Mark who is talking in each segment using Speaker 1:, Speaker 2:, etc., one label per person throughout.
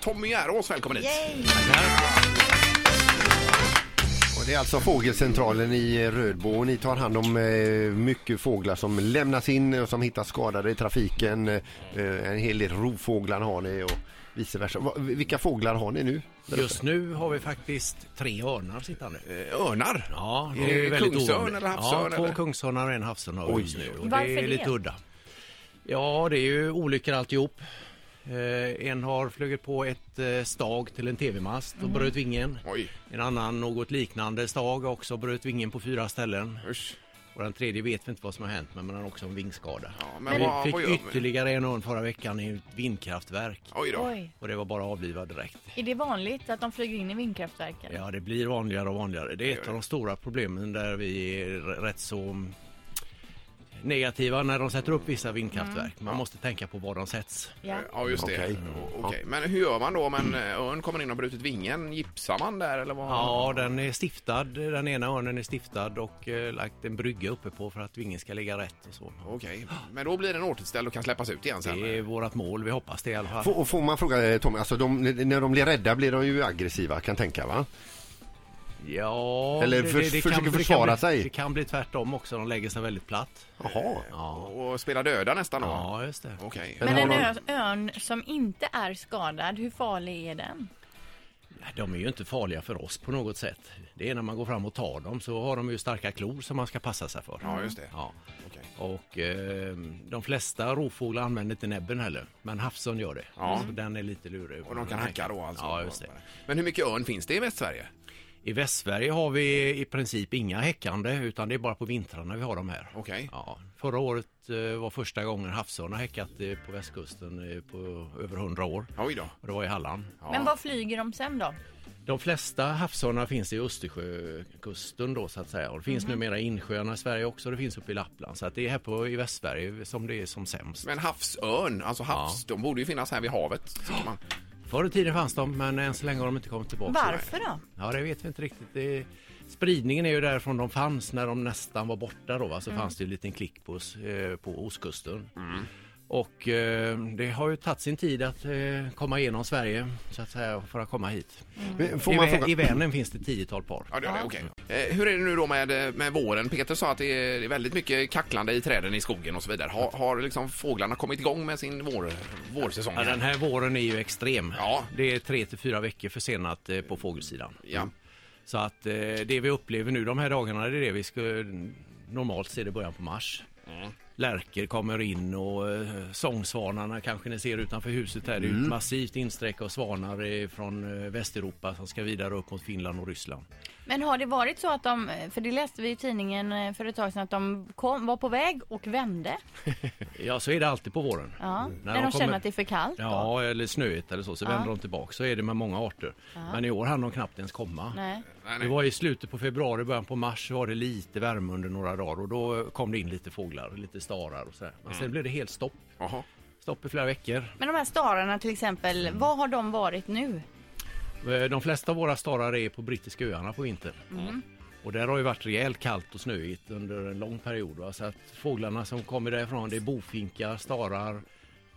Speaker 1: Tommy Järvås, välkommen hit.
Speaker 2: Yay!
Speaker 3: Och det är alltså fågelcentralen i Rödbo och ni tar hand om eh, mycket fåglar som lämnas in och som hittas skadade i trafiken. Eh, en hel del rovfåglar har ni och vice versa. Va, vilka fåglar har ni nu?
Speaker 4: Just nu har vi faktiskt tre örnar sittande.
Speaker 1: Eh, Örnar.
Speaker 4: Ja,
Speaker 1: Är det
Speaker 4: väldigt
Speaker 1: kungsörn
Speaker 4: ovanligt.
Speaker 1: eller havsörn,
Speaker 4: Ja, två
Speaker 1: eller?
Speaker 4: kungsörnar och en havsörn har vi just nu. Och
Speaker 2: Varför
Speaker 4: det är
Speaker 2: det?
Speaker 4: lite udda. Ja, det är ju olyckor alltihop. Eh, en har flugit på ett eh, stag till en tv-mast
Speaker 1: Mm.
Speaker 4: och bröt vingen.
Speaker 1: Oj,
Speaker 4: En annan något liknande stag har också bröt vingen på fyra ställen.
Speaker 1: usch.
Speaker 4: Och den tredje vet vi inte vad som har hänt men man har också en vingskada.
Speaker 1: Ja, men
Speaker 4: vi
Speaker 1: vad-
Speaker 4: fick
Speaker 1: vad gör man?
Speaker 4: ytterligare en örn förra veckan i ett vindkraftverk
Speaker 1: Oj då.
Speaker 2: Oj.
Speaker 4: och det var bara avlivad direkt.
Speaker 2: Är det vanligt att de flyger in i vindkraftverken?
Speaker 4: Ja, det blir vanligare och vanligare. Det är ett av de stora problemen där vi är rätt så negativa när de sätter upp vissa
Speaker 3: Mm.
Speaker 4: vindkraftverk. Man måste tänka på var de sätts.
Speaker 2: Ja.
Speaker 1: Eh, Ja, just det.
Speaker 3: Okej.
Speaker 1: O- okej. Men hur gör man då om en eh, örn kommer in och har brutit vingen? Gipsar man där eller vad?
Speaker 4: Ja, den är stiftad. Den ena örnen är stiftad och eh, lagt en brygga uppe på för att vingen ska ligga rätt och så.
Speaker 1: Okej, men då blir den återställd och kan släppas ut igen sen?
Speaker 4: Det är vårt mål. Vi hoppas det i alla fall.
Speaker 3: Får, får man fråga eh, Tommy, alltså de, när de blir rädda blir de ju aggressiva kan tänka va?
Speaker 4: Ja,
Speaker 3: Eller för- försöker försvara
Speaker 4: det kan
Speaker 3: sig.
Speaker 4: Bli, det kan bli tvärtom också. De lägger sig väldigt platt.
Speaker 3: Jaha.
Speaker 4: Ja,
Speaker 1: Och spela döda nästan då?
Speaker 4: ja just det.
Speaker 1: Okej.
Speaker 2: Men
Speaker 3: har
Speaker 2: en
Speaker 3: de-
Speaker 2: ö- örn som inte är skadad, hur farlig är den?
Speaker 4: De är ju inte farliga för oss på något sätt. Det är när man går fram och tar dem så har de ju starka klor som man ska passa sig för.
Speaker 1: Ja, just det.
Speaker 4: Ja.
Speaker 1: Okej.
Speaker 4: Och eh, de flesta rovfåglar använder inte näbben heller, men havsörn gör det.
Speaker 1: Ja.
Speaker 4: Så den är lite lurig.
Speaker 1: Och de kan hacka då alltså?
Speaker 4: Ja, just det.
Speaker 1: Men hur mycket örn finns det i Västsverige?
Speaker 4: I Västsverige har vi i princip inga häckande utan det är bara på vintrarna vi har de här.
Speaker 1: Okej.
Speaker 4: Ja, förra året eh, var första gången havsörn har häckat eh, på västkusten eh, på över 100 år.
Speaker 1: Oj då.
Speaker 4: Och det var i Halland.
Speaker 1: Ja.
Speaker 2: Men var flyger de sen då?
Speaker 4: De flesta havsörnar finns i Östersjökusten då så att säga. Och det finns numera i insjöarna i Sverige också och det finns uppe i Lappland. Så att det är här på, i Västsverige som det är som sämst.
Speaker 1: Men havsörn, alltså havs, de borde ju finnas här vid havet. tycker Man.
Speaker 4: Förr i tiden fanns de men än så länge har de inte kommit tillbaka.
Speaker 2: Varför då?
Speaker 4: Ja det vet vi inte riktigt. Det, spridningen är ju därifrån de fanns när de nästan var borta då. va? Så fanns det ju en liten klick på, os- eh, på ostkusten. Och eh, det har ju tagit sin tid att eh, komma igenom Sverige så att säga för att komma hit.
Speaker 3: Men Får
Speaker 4: I,
Speaker 3: man
Speaker 4: Vä-
Speaker 3: fråga?
Speaker 4: I Vänern finns det tiotal par.
Speaker 1: Ja, det är det, okej. Eh, hur är det nu då med, med våren? Peter sa att det är det är väldigt mycket kacklande i träden i skogen och så vidare. Har, har liksom fåglarna kommit igång med sin vår, vårsäsong?
Speaker 4: Ja,
Speaker 1: här?
Speaker 4: den här våren är ju extrem.
Speaker 1: Ja.
Speaker 4: Det är tre till fyra veckor försenat eh, på fågelsidan.
Speaker 1: Ja.
Speaker 4: Så att eh, det vi upplever nu de här dagarna det är det vi skulle normalt se det i början på mars. Lärkor kommer in och eh, sångsvanarna kanske ni ser utanför huset här. Det
Speaker 1: Mm.
Speaker 4: är ju ett massivt insträck av svanar eh, från eh, Västeuropa som ska vidare upp mot Finland och Ryssland.
Speaker 2: Men har det varit så att de, för det läste vi i tidningen eh, för ett tag sedan, att de kom, var på väg och vände?
Speaker 4: Ja, så är det alltid på våren. När
Speaker 2: Ja. När
Speaker 4: de
Speaker 2: de,
Speaker 4: kommer-
Speaker 2: känner att det är för kallt? då?
Speaker 4: Ja, eller snöigt eller så, så
Speaker 2: Ja.
Speaker 4: vänder de tillbaka. Så är det med många arter. Men i år hann de knappt ens komma.
Speaker 2: Nej.
Speaker 1: Nej,
Speaker 4: Det
Speaker 1: nej.
Speaker 4: var i slutet på februari, början på mars så var det lite värme under några dagar och då kom det in lite fåglar, lite starar och sådär. Men
Speaker 1: Mm.
Speaker 4: sen blev det helt stopp.
Speaker 1: Jaha.
Speaker 4: Stopp i flera veckor.
Speaker 2: Men de här stararna till exempel, vad har de varit nu?
Speaker 4: Eh, De flesta av våra starar är på brittiska öarna på vintern.
Speaker 2: Mm.
Speaker 4: Och där har ju varit rejält kallt och snöigt under en lång period. va. Så att fåglarna som kommer därifrån det är bofinkar, starar,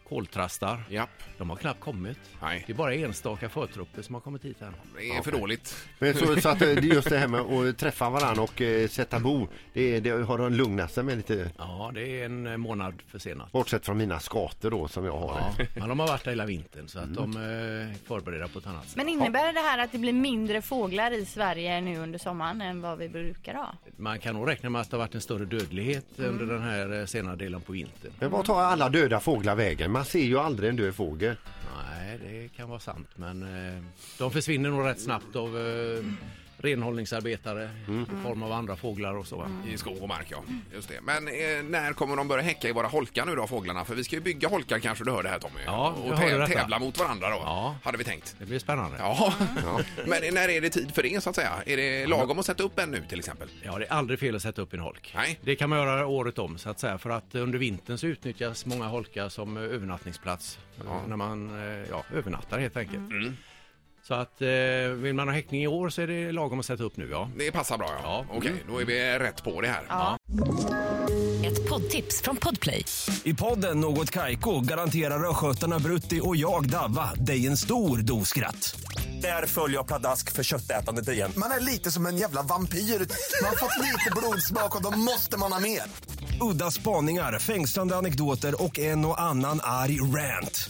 Speaker 4: koltrastar.
Speaker 1: Japp.
Speaker 4: De har knappt kommit.
Speaker 1: Nej.
Speaker 4: Det är bara enstaka förtrupper som har kommit hit än.
Speaker 1: Det är för dåligt.
Speaker 3: Men så, så att eh, det är just det här med att träffa varann och eh, sätta bo, det, är- det har de lugnat sig med lite.
Speaker 4: Ja, det är en eh, månad försenat.
Speaker 3: Bortsett från mina skator då som jag har.
Speaker 4: Ja, men de har varit där hela vintern så att
Speaker 1: Mm.
Speaker 4: de är förberedda på ett annat sätt.
Speaker 2: Men innebär det här att det blir mindre fåglar i Sverige nu under sommaren än vad vi brukar ha?
Speaker 4: Man kan nog räkna med att det har varit en större dödlighet under den här eh, senare delen på vintern.
Speaker 3: Men var tar alla döda fåglar vägen? Man ser ju aldrig en död fågel.
Speaker 4: Nej, det kan vara sant men eh, de försvinner nog rätt snabbt av eh, renhållningsarbetare i form av andra fåglar och så. va?
Speaker 1: I skog och mark, ja. Just det. Men eh, när kommer de börja häcka i våra holkar nu då, fåglarna? För vi ska ju bygga holkar kanske, du hörde här Tommy.
Speaker 4: Ja, jag
Speaker 1: och
Speaker 4: hörde
Speaker 1: tä-
Speaker 4: detta.
Speaker 1: tävla mot varandra då,
Speaker 4: Ja.
Speaker 1: hade vi tänkt.
Speaker 4: Det blir spännande. Ja.
Speaker 1: Ja, men eh, när är det tid för det så att säga? Är det lagom att sätta upp en nu till exempel?
Speaker 4: det är aldrig fel att sätta upp en holk.
Speaker 1: Nej.
Speaker 4: Det kan man göra året om så att säga för att under vintern så utnyttjas många holkar som eh, övernattningsplats eh, när man eh, ja, övernattar helt enkelt. Så att eh, vill man ha häckning i år så är det lagom att sätta upp nu ja. Mm.
Speaker 1: Det passar bra, ja.
Speaker 4: Ja.
Speaker 1: Okej, då är vi rätt på det här.
Speaker 2: Ja.
Speaker 5: Ett Ett poddtips från Podplay.
Speaker 6: I podden Något Kaiko garanterar östgötarna Brutti och jag, Davva, dig en stor dos skratt. Där följer jag pladask för köttätandet igen.
Speaker 7: Man är lite som en jävla vampyr. Man har fått lite blodsmak och då måste man ha mer.
Speaker 6: Udda spaningar, fängslande anekdoter och en och annan arg rant.